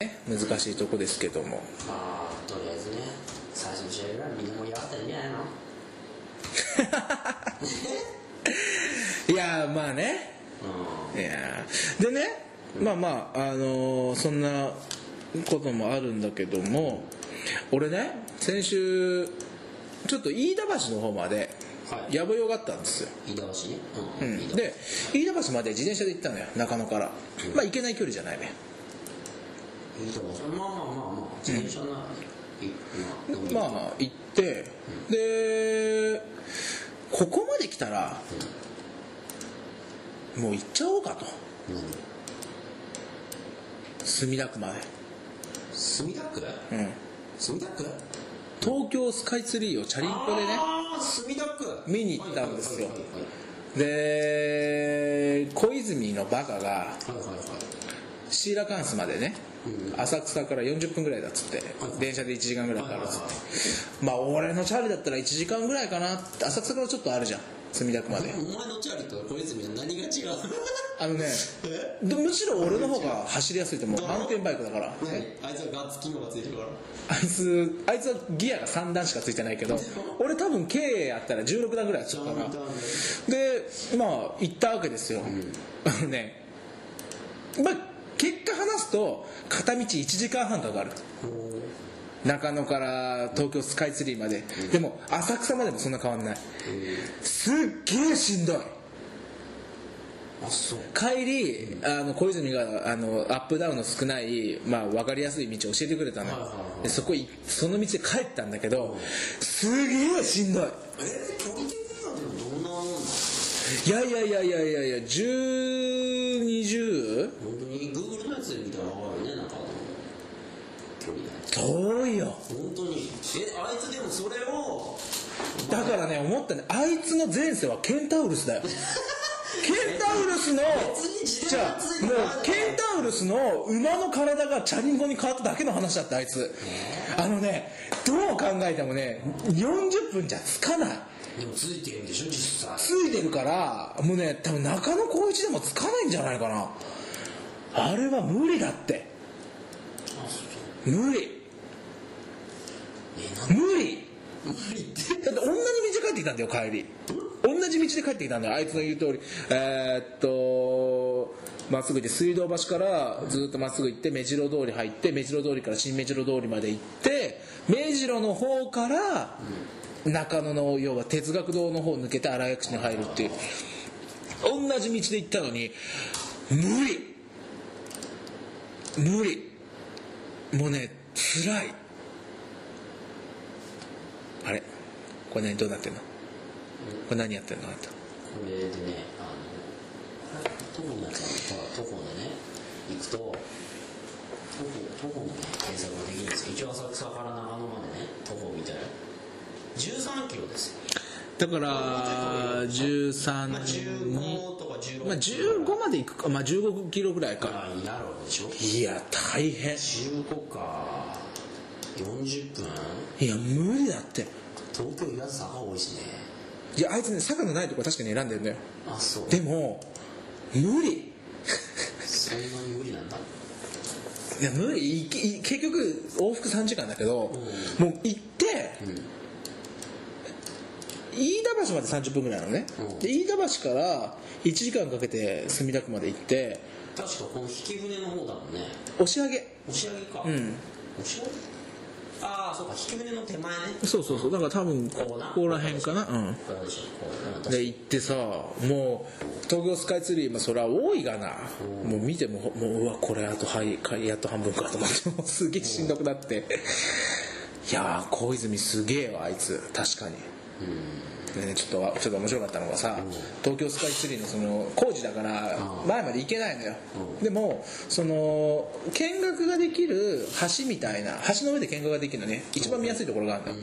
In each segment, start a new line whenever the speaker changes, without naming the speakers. ね難しいとこですけども
まあとりあえずね最初の試合ぐらいみんな盛り上がったらいいんじゃないの
いやーまあね
うん
いやーでねまあまああのーそんなこともあるんだけども俺ね先週ちょっと飯田橋の方まで
はい
やぼよがあったんですよ、
飯田橋ねう、
うんん
飯田
で飯田橋まで自転車で行ったのよ中野からまあ行けない距離じゃないね
飯田橋まあまあまあまあ自転車な、いまあのんびり
まあ行ってでここまで来たらもう行っちゃおうかと
うん
墨田区まで、
墨田区
うん、
墨田区
東京スカイツリーをチャリンコでね
ああ墨田区
見に行ったんですよ
はいはいはい
で小泉のバカが
はいはいはいはい
シーラカンスまでね
うん
浅草から40分ぐらいだっつって
はい
電車で1時間ぐらいかかるっつってまあ俺のチャリだったら1時間ぐらいかなって浅草からちょっとあるじゃん墨田区まで
お前のチャリと小泉の 何が違う
あのね
え
でむしろ俺の方が走りやすいと思うマウンテンバイクだから
ねあいつはガッツ機能がついてるから
あいつあいつはギアが3段しかついてないけど俺多分 K やったら16段ぐらいやっちゃうから
ちゃんとあるね
でまあ行ったわけですよ、あの ねまあ結果話すと片道1時間半かかる中野から東京スカイツリーまで、でも浅草までもそんな変わんないすっげえしんどい
あそう
帰りあの小泉があのアップダウンの少ない、まあ、分かりやすい道を教えてくれたのよ、
はいはいはい
でそこいその道で帰ったんだけど、すげえしんどい
え距離的にはでもどんなもんなの
いやいやいやいやいやいや1020
本当に Google のやつで見たら分かるねなんかあの距離が
遠いよ
本当にえあいつでもそれを
だからね思ったねあいつの前世はケンタウルス だよケンタウルスの
に自
じ
転車
ゃ
が
あ
ついて
もう
る
ケンタウルスの馬の体がチャリンコに変わっただけの話だったあいつあのねどう考えてもね40分じゃつかない
でもついてるんでしょ実際
ついてるからもうね多分中野光一でもつかないんじゃないかなあれは無理だって無理
えなん
無理
無理って
だって同じ道帰ってきたんだよ帰り同じ道で帰ってきたんだよあいつの言う通りえーっとまっすぐで水道橋からずっとまっすぐ行って目白通り入って目白通りから新目白通りまで行って目白の方から中野の要は哲学堂の方抜けて荒谷口に入るっていう同じ道で行ったのに無理無理もうね辛いあれこれ何どうなってんのこれ何やってんのあなた
これでねあの徒歩のやつは徒歩でね行くと徒歩徒歩のね検索ができるんですよ一応浅草から長野までね徒歩みたいな13キロですよ
だから13
まあ15とか16
まあ、15まで行くか、まあ、15キロぐらいか
あになるわけでしょ
いや大変
15か40分
いや無理だって
東京意外と坂多いしね
いやあいつね坂のないとこ確かに選んでんだよ
あそう
でも無理
そんなに無理なんだ
いや無理いきい結局往復3時間だけど、もう行って、飯田橋まで30分ぐらいなのね、
うん
で飯田橋から1時間かけて墨田区まで行って
確かこの引き船の方だもんね
押し上げ
押し上げかうん押し上げああそうか引き船の手前ね
そうそうそうだから多分こ
こうな
こら辺かなうん
これでしょこううん確か
で行ってさもう東京スカイツリー、まあ、そりゃ多いがな、もう見てももううわこれあとはいかやっと半分かと思っても うすげえしんどくなっていやー小泉すげえわあいつ確かにでねちょっとちょっと面白かったのがさ東京スカイツリーのその工事だから
うん
前まで行けないのよ
うん
でもその見学ができる橋みたいな橋の上で見学ができるのね一番見やすいところがあるのよ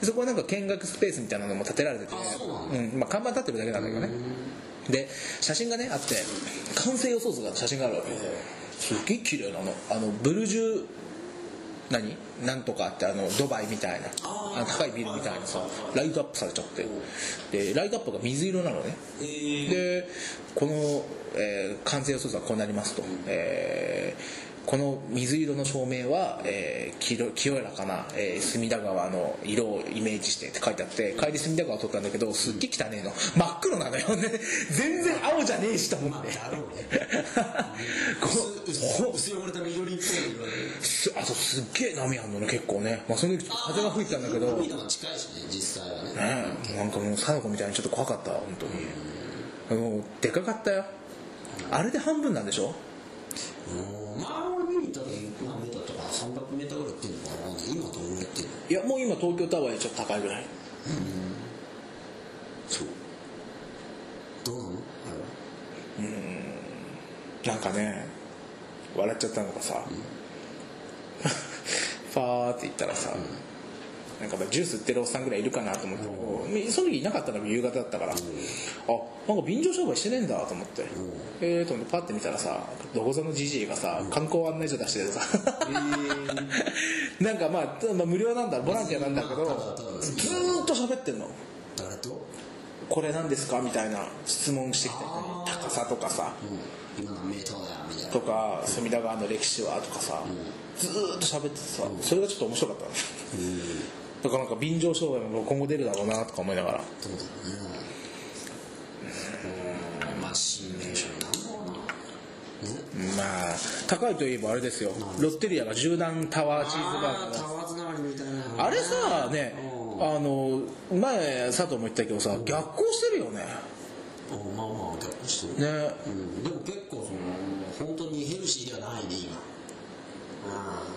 でそこはなんか見学スペースみたいなのも建てられてて
あそうなんだ
うんまあ、看板立ってるだけなんだけどねで写真がねあって完成予想図が写真があるわけすっげえ綺麗なのあのブルジュ何なんとかってあのドバイみたいな
あー
あの高いビルみたいなさ
はいはいはい
ライトアップされちゃってでライトアップが水色なのね
えー
でこの、えー完成予想図はこうなりますと、えーこの水色の照明は、えー清清らかな、えー隅田川の色をイメージしてって書いてあって帰り隅田川撮ったんだけどすっげえ汚ねえの真っ黒なのよね 全然青じゃねえしと思
ま
っ
あ
て
だろうね
こ
薄薄薄汚れた緑っぽい色です
あとすっげえ波あんのね結構ね、まあ、その時ちょっと風が吹いてたんだけどね
海の方が近いしね実際はね
なんかもう貞子みたいにちょっと怖かった本当にもうでかかったよあれで半分なんでしょ
うんまあ俺見に行った時何メーターとかな300メーターぐらい行ってんのかな今どれぐらい行ってんの
いやもう今東京タワーよりちょっと高いぐらい
そうどうなのあれ
な
は
んかね笑っちゃったのが さ、ファーって言ったらさ、なんかまあジュース売ってるおっさんぐらいいるかなと思って、その時いなかったのが夕方だったから、あなんか便乗商売してねえんだと思って、えーと思ってパッて見たらさどこぞのじじいがさ観光案内所出しててさ、 なんか、まあ、たまあ無料なんだボランティアなんだけ
まあただ
ど
ただ
ずーっと喋ってんの
誰と
これなんですかみたいな質問してきて
あー
高さとかさ
うん今何メーターだよみたいな
とか隅田川の歴史はとかさ、ずーっと喋っててさ、それがちょっと面白かったの
うん
だからなんか便乗商売も今後出るだろうなとか思いながら
どうだろうねうんまあ新名称なんだろうなね
まあ高いといえばあれですよロッテリアが十段タワーチーズバーガー
あータワーつながりみたいな
あれさね
うん
あの前佐藤も言ったけどさ逆行してるよね
うんまあまあ結構してる
ね
うん、でも結構その本当にヘルシーではないね今ああ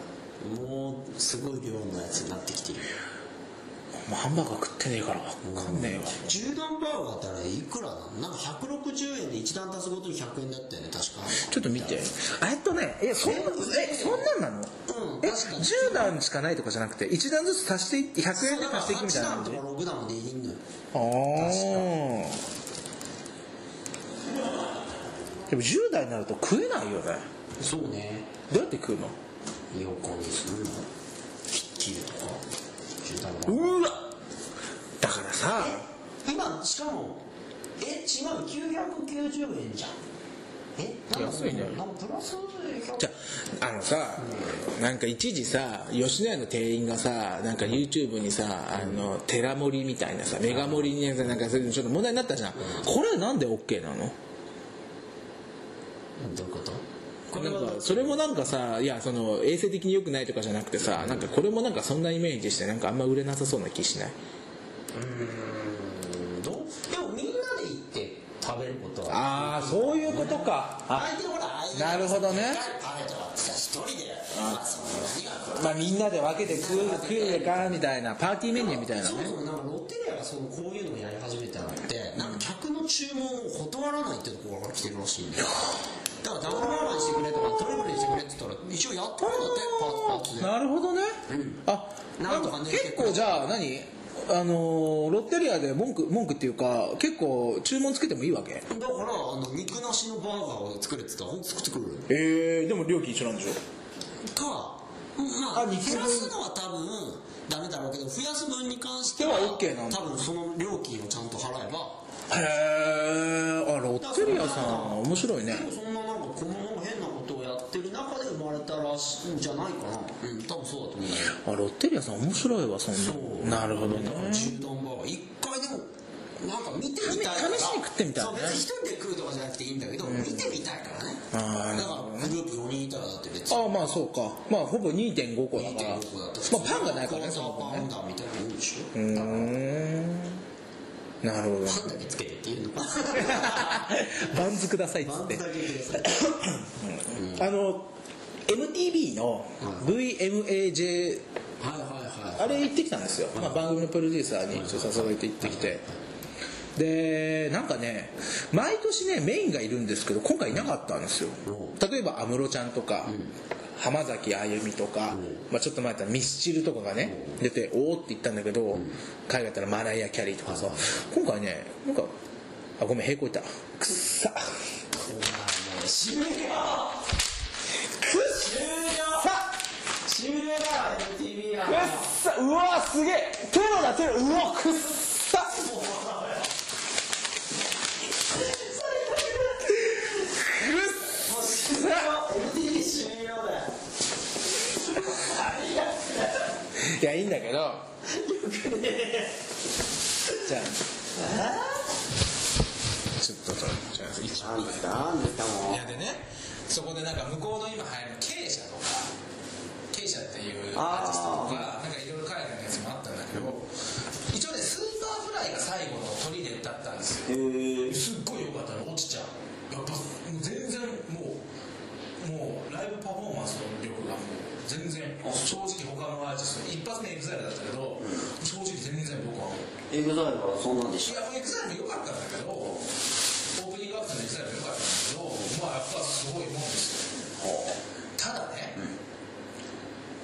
もうすごい量のやつになってきてる
もうハンバーガー食ってねえから分かんねえわ
10段バーガーってあれいくらなのなんか160円で1段足すごとに100円だったよね確か
ちょっと見てえっとねえそんなえそんなんなの
うん
え
確かに
10段しかないとかじゃなくて1段ずつ足していって100円で足していくみたいな
8
感
段
じ
とか6段までいいのよ
あーでも10代になると食えないよね
そうね
どうやって食うの
横にするの切るとか10段バーガー
うわだからさ
今しかもえ違う990円じゃんえなんかそ
安
う
いね
なんかプラス100
じゃあのさなんか一時さ吉野家の店員がさなんか YouTube にさあの寺盛りみたいなさメガ盛りになんかそういうのちょっと問題になったじゃんこれなんで OK なの
どういうこと
なんかそれもなんかさいやその衛生的に良くないとかじゃなくてさなんかこれもなんかそんなイメージしてなんかあんま売れなさそうな気しないう
どうでもみんなで行って食べることは
ああそういうことかあ
相手ほら相手
なるほどね
パフェとかってさ一人でまあそんなには
まあみんなで分けて食う食えかみたいなパーティーメニューみたいな
そも
ね
そもなんかロッテリアがそのこういうのをやり始めたのってなんか客の注文を断らないってところから来てるらしいんだよだからダブルバーガーにしてくれとかトリプルにしてくれって言ったら一応やってくれんだってパーツパーツで
なるほどね、
ん
あ
なんとかね
結構じゃあ何あのーロッテリアで文句文句っていうか結構注文つけてもいいわけ
だからあの肉なしのバーガーを作れって言ったらほんと作ってくれる
えー、でも料金一緒なんでしょ
か、まあ、
あ
減
肉分
らすのは多分ダメだろうけど増やす分に関して
では OK なんだ
多分その料金をちゃんと払えば
へえあロッテリアさん面白いね
でもそんななんかこの変なことをやってる中で生まれたらしいんじゃないかなうん多分そうだと思う
あロッテリアさん面白いわそ
そうん
ななるほどね
だから中段バーガー一回でもなんか見てみたいから
試しに食ってみたい
そ
ね
う別に一人で食うとかじゃなくていいんだけど、見てみたいからね
あ
だ
ー
からグループ4人いたらだって別に
ああまあそうかまあほぼ2.5個だから
2.5だった
まあパンがないからねその
パ
分
ン
ね
だみたいなのいいでしょ
うーんなるほど
パンだけつけてっていうのか
バンズくださいっつ
パ
っ
ン
て
だけください
あの MTV の VMAJ
はいはいはい
あれ行ってきたんですよ、まあ、番組のプロデューサーにちょっと誘われて行ってきてでなんかね毎年ねメインがいるんですけど今回いなかったんですよ例えば安室ちゃんとか、浜崎あゆみとか、まあ、ちょっと前だったらミスチルとかがね出ておおって言ったんだけど、海外だったらマライア・キャリーとかさ今回ねなんかあごめん平行いたくっさ
お前もう終了終了
さ
終了だ MTV は
くっさうわすげえテロだテロうわくっさくっ
もう終了 MTV 終了だよ
ちょっとちょっとちょっと一
なんですかなんですか
いう
も
やでねそこでなんか向こうの今流行る経営者とか経営者っていうアー
あー
ティストとかなんかいろいろ海外のやつもあったんだけど一応ねスーパーフライが最後の砦だったんですよ
へー
すっごい良かったの落ちちゃうやっぱ全然もうもうライブパフォーマンスの力がもう全然正直他のアーティスト一発目エグザイルだったけど正直全然僕はもう
エグザイルはそんなんで
い
し
やもうエグザイルも良かったんだけどオープニングアクトのエグザイルも良かったんだけどまあやっぱすごいもんですよ
ょは
ただね、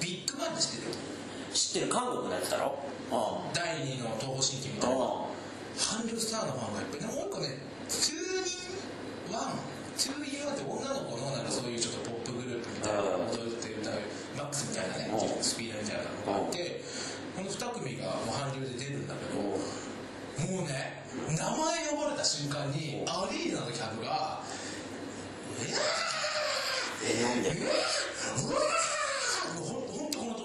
ビッグバンって知ってる
あ知ってる韓国のやつだろあ
第2の東方神起み
あ
たいな
あ
韓流スターのファンがいっぱいでもう一個ね2人ワン2人ワンって女の子のなんかそういうちょっとポップグループみたいな
うん
踊って歌うマックスみたいなね
うん
スピードみたいなのがあってこの2組がもう韓流で出るんだけどもうね名前呼ばれた瞬間にアリーナの客が「えー
えなんで
うわーうわーほんほんとこの通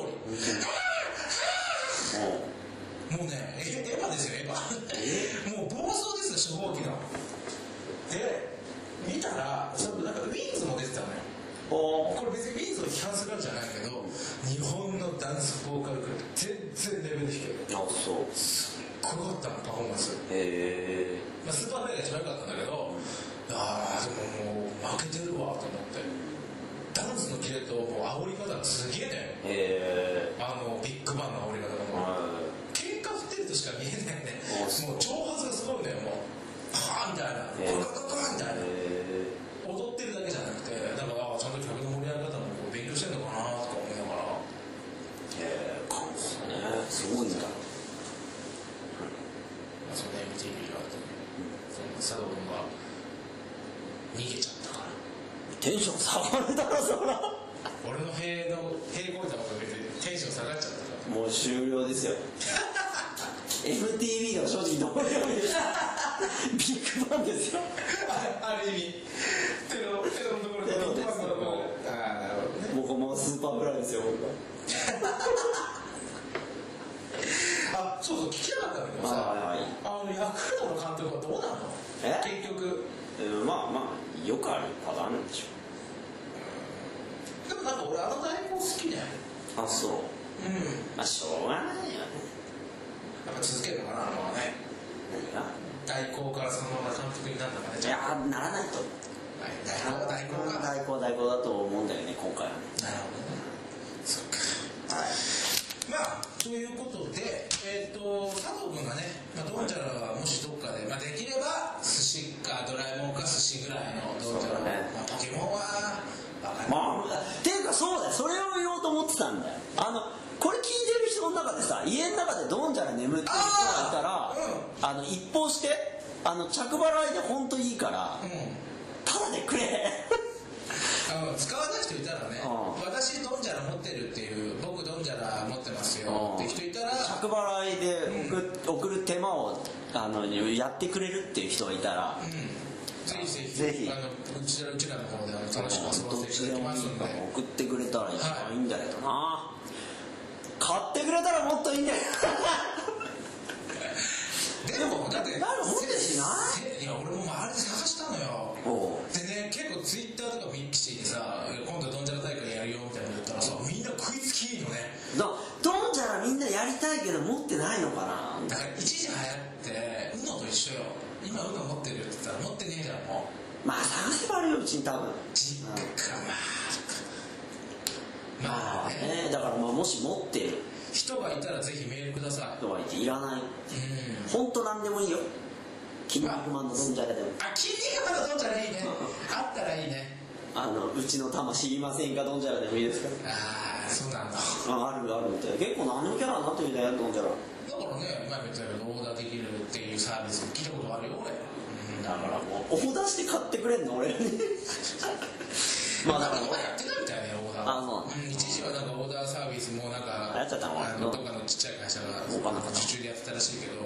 りもうねエエヴァですよエヴァもう暴走ですよ初号機ので見たらそのなんかウィンズも出てたのよ
おお
これ別にウィンズを批判するわけじゃないけど日本のダンスボーカルクラブ全然レベル低い
あそう
こよかったのパフォーマンス
へえ
まあ、スーパーフェアが一番良かったんだけど、ああ、でももう負けてるわと思って、ダンスのキレともう煽り方がすげえね、
へえ
あのビッグバンの煽り方がもう、
は
喧嘩振ってるとしか見えないね
あ、そ
も
う
う挑発がすごいね、もう、はあみたいな、
えー
ガガガガみたいな、
いへ
踊ってるだけじゃなくて、なんか、ああ、ちゃんと客の盛り上げ方もこう勉強してんのかなとか思いながら。
え韓国ねすごいんだ
まあ、その MTV があって、その佐藤君が逃げちゃったから。
テンション下がるだろそら
俺の塀の塀越えたことでテンション下がっちゃったか
もう終了です よ MTV の正直同僚で したビッグバンですよ
らある意味テロテロのところ
テロです
ああなるほどね
僕もうスーパーフライですよ僕は
あそうそう聞きたかったんだけどさ
はいはい
あのヤクルトの監督はどうなの
え
結局
うんまあまあよくあるパターンなんでし
でもなんか俺あの大根好きね
ょあそう
うん
まあしょうがないよね
やっぱ続けるのかなあのはね
何が
代行からそのまま監督になるのかね
い
じゃあ
やならないと
代行代行かなる
代行代行だと思うんだよね今回はね
ほどねそっか
はい
まあ、ということで、えっと佐藤君がね、まあ、ドンジャラはもしどっかで、まあ、できれば寿司かドラえもんか寿司ぐらいのドンジャラ、
そうだね
まあ、ポケモンはわかんない、
まあていうかそうだよそれを言おうと思ってたんだよあのこれ聞いてる人の中でさ家の中でどんじゃら眠ってる人がいたら
あ
あ,、の一報してあの着払いで本当いいからただでくれ
うん、あの使わない人いたらね
うん
私ドンジャラ持ってるっていう僕ドンジャラ持ってますよって人いたら
着払いで送,、送る手間をあのやってくれるっていう人がいたら
うんぜひぜひ
ぜひ
あのうちらうちらの方であの楽しく遊ば
どっ
せて
ち
い
で
た
も
だ
い
き
いか
ますんで
ら送ってくれたら一番いいんだけどな、買ってくれたらもっといい んだけ
でもだって
なんか持ってるしな
せいや俺も周りで探したのよ
どおう
でね、結構ツイッターとか見キシーでさ、今度ドンジャラ大会やるよみたいなの言ったらさ、みんな食いつきいいよね。
だどんじゃらみんなやりたいけど持ってないのかな
だから一時流行って、UNO と一緒よ。今 UNO 持ってるよって言ったら、持ってねえじゃん、も
まあ探せばあるようちに多分
う。実家か、まあ。まあ
まあ
ね、
ねだからまあもし持ってる
人がいたらぜひメールください。
人がいていらな
う
い
ん。
本当なんでもいいよ筋肉マンのどんじゃらでも
あ、筋肉まだドンジャラいいね。あったらいいね。
あのうちの玉知りませんかどんじゃらでもいいですか
ああ、そうなんだ。
ああるあるみたい結構何でもキャラになってみたいなどんじゃら
だからね、前も言ったけど、オーダーできるっていうサービス聞いたことあるよ、俺。うん、だからもう。
オーダーして買ってくれんの俺 まあだから
今やってないみたいねオーダー
あそ
ん、一時はなんかオーダーサービスもなんか
流行っちゃったの
あのどっかのちっちゃい会社が
他のかな
受注でやってたらしいけど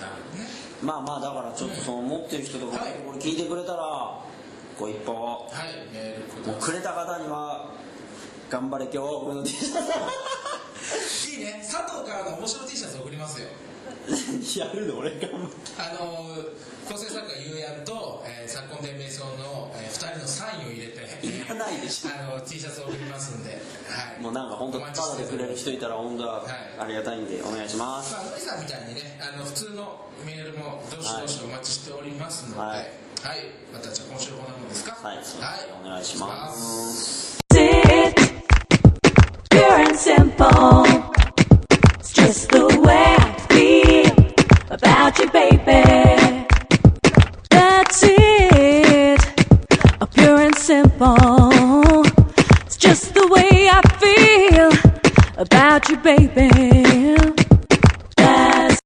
なるほどね
まあまあだからちょっとその持ってる人とか
はい
これ聞いてくれたらご一報
はいメールくださ
くれた方には頑張れ今日俺の T シャツ
いいいね佐藤からの面白い T シャツ送りますよ
やるの俺がもう
あの構成作家ゆうやんと、えー、昨今伝名称の、えー、2人のサインを入れ て
いらないでしょ
あの T シャツを送りますんで、はい、
もうなんか本当
お待ち
た
し
だ
て
でくれる人いたら本当
はい
ありがたいんでお願いします
まあ、森さんみたいにねあの普通のメールもどしどしお待ちしておりますので、
は
はいいまたじゃあ今週はこんなもんですか
はいお願いします
Sick. Pure and simple. It's just the way I feel about you, baby. That's it. Oh, pure and simple. It's just the way I feel about you, baby.